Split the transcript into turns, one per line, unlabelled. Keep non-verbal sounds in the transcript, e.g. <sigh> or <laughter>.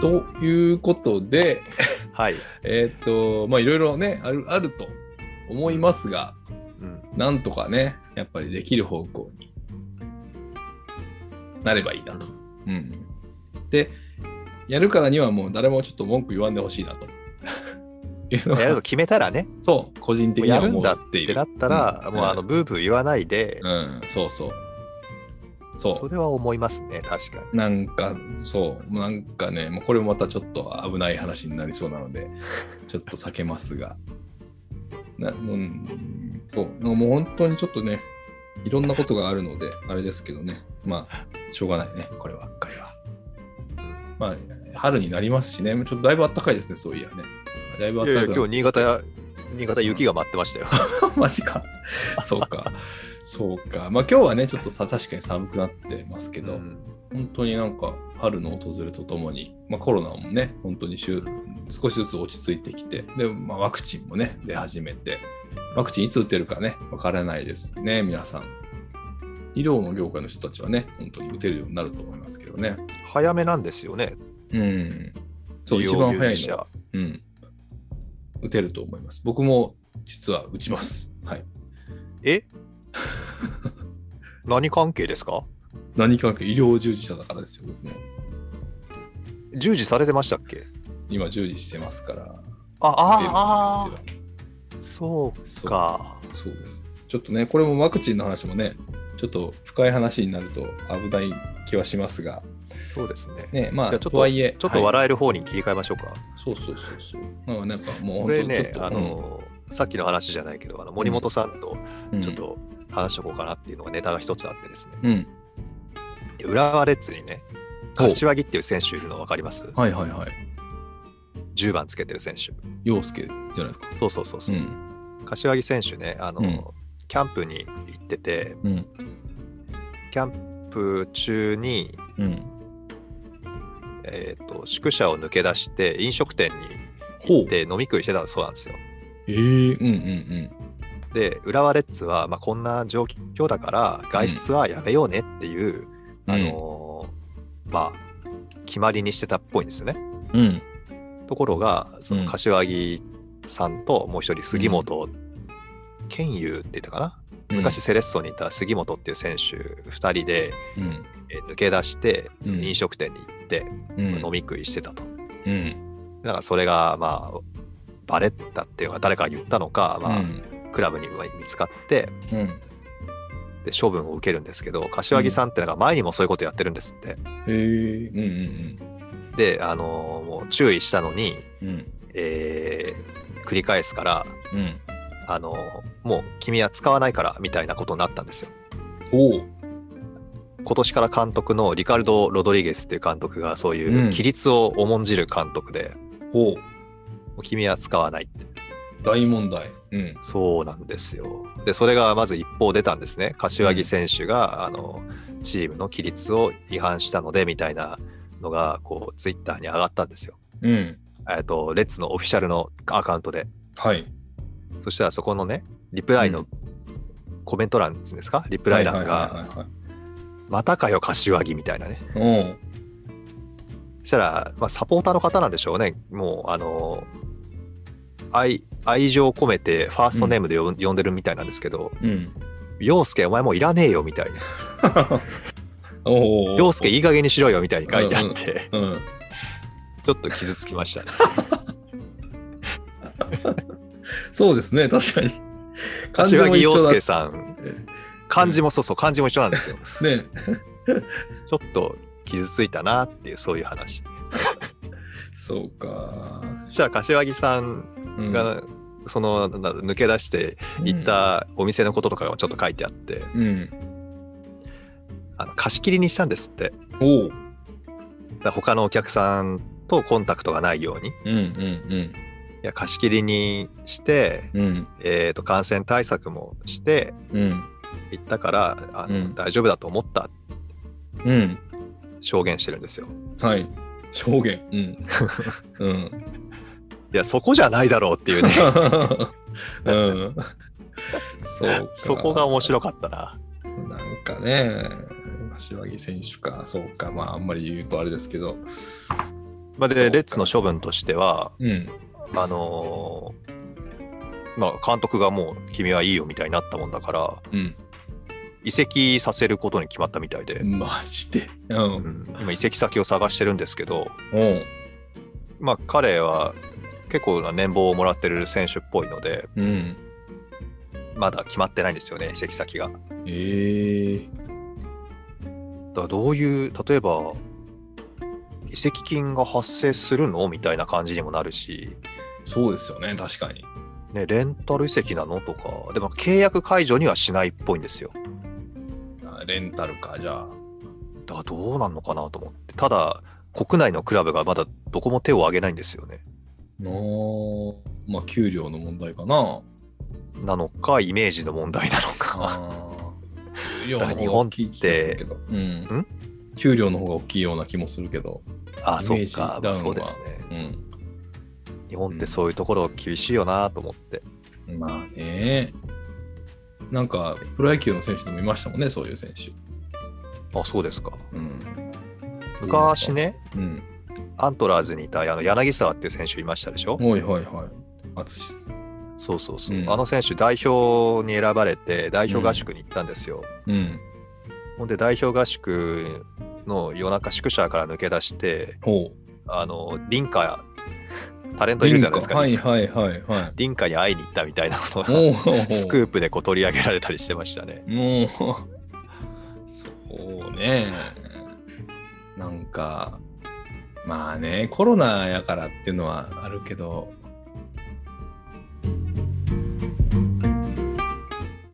ということで、
はい。
えーっと、まあいろいろねある、あると思いますが、
うん。
なんとかね、やっぱりできる方向になればいいなと。うん、で、やるからにはもう誰もちょっと文句言わんでほしいなと。 <laughs> いうの
やると
が、
決めたらね、
そう、個人的に
や
は
る
思
ん
う
だ
っ
って
い
て
う
な。ったら、
うん
もうあの、ブーブー言わないで、
うん、そうそう。そう。
それは思いますね、確かに。
なんか、そう、なんかね、もうこれもまたちょっと危ない話になりそうなの
<laughs>
で、ちょっと避けますが。なうん、そう、なんかもう本当にちょっとね、いろんなことがあるので、あれですけどね、まあ、しょうがないね、こればっかりは。まあ、春になりますしね、ちょっとだいぶ暖かいですね、そういやね。だいぶ
い
暖
やいや、
か
今日新潟や、新潟雪が待ってましたよ。
<laughs> マジか。そうか。そうか。まあ今日はね、ちょっとさ、確かに寒くなってますけど、
うん
本当になんか春の訪れとともに、まあ、コロナもね本当にしゅ少しずつ落ち着いてきてで、まあ、ワクチンもね出始めてワクチンいつ打てるかねわからないですね皆さん医療の業界の人たちはね本当に打てるようになると思いますけどね
早めなんですよね、
うんそう
医
一
療
番
従
早
事
いのは、
者。
うん、打てると思います僕も実は打ちますはい <laughs>
え何関係ですか
何かなく医療従事者だからですよ僕も
従事されてましたっけ
今従事してますから打
あ
てるん
あ、あ
ですよ
あそう
そう
か。
そうです。ちょっとね、これもワクチンの話もね、ちょっと深い話になると危ない気はしますが、
そうですね。
ね、ま
い
あ、
やちょっと
とはいえ、
ちょっと
はい
笑える方に切り替えましょうか。
そうそうそうそう。まあ、なんかもう
こ
本当にち
れ
ょ
ね
っ、と、
あの、さっきの話じゃないけど、あの森本さんと
うん
ちょっ、と話しておこうかなっていうのがネタが一つあってですね、
うん。
浦和レッズにね、柏木っていう選手いるの分かります
はいはいはい。
?10 番つけてる選手。
陽介じゃないですか。
そうそうそうそうう、
ん。
柏木選手ね、あの、
うん
キャンプに行ってて、
うん。
キャンプ中に、
うん。
えー、と宿舎を抜け出して飲食店に
ほう
行って飲み食いしてたそうなんですよ。
ええー、うんうん
で浦和レッズは、まあ、こんな状況だから外出はやめようねっていう、
うん。
あのーまあ、決まりにしてたっぽいんですよね。
うん。
ところがそ
うん
の柏木さんともう一人杉本健佑って言ったかな、
うん、
昔セレッソにいた杉本っていう選手2人で、
うん、
えー抜け出してその
うん
飲食店に行って、
うん。
飲み食いしてたと。
うん。
だからそれがまあバレたっていうのが誰かが言ったのか、まあ
うん。
クラブに見つかって
うん。
で処分を受けるんですけど柏木さんってのが前にもそういうことやってるんですって
えー、うん
であのーもう注意したのに、
うんうん。うん。
えー繰り返すから
うん。
あのーもう君は使わないからみたいなことになったんですよ
おう。
今年から監督のリカルド・ロドリゲスっていう監督がそういう
うん
規律を重んじる監督で、
おう。
もう君は使わないって
大問題。うん。
そうなんですよ。で、それがまず一方出たんですね。柏木選手が、あのチームの規律を違反したのでみたいなのが、こう、ツイッターに上がったんですよ。
うん。
えっと、レッツのオフィシャルのアカウントで。
はい。
そしたら、そこのね、リプライ
う
の
ん
コメント欄ですか、リプライ欄
はいはい
が、
はいはい
またかよ、柏木みたいなね。
はい、おう。
そしたら、まあ、サポーターの方なんでしょうね。もう、あの、愛愛情を込めて、ファーストネームで呼ぶ呼んでるみたいなんですけど、 <laughs>
うん。
陽介、お前もういらねえよみたいな。
お
陽介
い
いい加減にしろよみたいに書いてあって、ち
うん。
ょっと傷つきましたね。
そうですね、確かに。
柏木陽介
ん。
さん、漢字もそうそう、漢字も一緒なんですよ。
ね、
ちょっと傷ついたなっていう、そういう話。
そうか。
そしたら柏木さん
うん
が、そのな抜け出して行っ。たお店のこととかがちょっと書いてあって、
うん。
あの貸し切りにしたんですって。
おう。
だから他のお客さんとコンタクトがないように。い
うんうん
や貸し切りにして、
うん。うん
えー、と感染対策もして
うん
行ったからあの、
うん
大丈夫だと思ったって
うん。
証言してるんですよ。
はい。証言。
<laughs>
うん。うん。。
いや、そこじゃないだろうっていうね
うん。 <laughs> そうか。
そこが面白かったな。
なんかね、柏木選手か、そうか、まあ、あんまり言うとあれですけど、
まあ、
そう
で、
か
レッツの処分としては、
うん。
あのーまあ、監督がもう君はいいよみたいになったもんだから、
う
移籍させることに決まったみたいで、
ん。マジで。う。
うんん今、移籍先を探してるんですけど、
おう。
まあ、彼は結構な年俸をもらってる選手っぽいので、
うん。
まだ決まってないんですよね、移籍先が。だか
ええ
らどういう、例えば、移籍金が発生するのみたいな感じにもなるし、
そうですよね、確かに。
ね、レンタル移籍なのとか、でも契約解除にはしないっぽいんですよ。
あレンタルか、じゃあ。
だからどうなんのかなと思って、ただ、国内のクラブがまだどこも手を挙げないんですよね。
なあまあ、給料の問題かな。
なのか、イメージの問題なのか。
ああ。給料
だ
の方
から日
が
本
大
っ
きい気がする
て
けど。うん
ん
給料の方が大きいような気もするけど。
ああ、そ
イメ
っ
ージダウンは、
かまあそうですね。
うん。
日本ってそういうところ厳しいよなと思って。
まあね。なんか、プロ野球の選手でもいましたもんね、そういう選手。
あ、そうですか。
うん。
昔ね、
うん。
アントラーズにいたあの柳沢っていう選手いましたでしょ。
はいはいはい。淳。
そうそうそう。
うん
あの選手、代表に選ばれて、代表合宿に行ったんですよ。
うん。
ほんで、代表合宿の夜中、宿舎から抜け出して、
ほう。
あの、リンカ、タレントいるじゃないですか。
はいはいはいはい。
リンカに会いに行ったみたいなことが、
おー
スクープでこう取り上げられたりしてましたね。
もう、そうね。なんか、まあね、コロナやからっていうのはあるけど、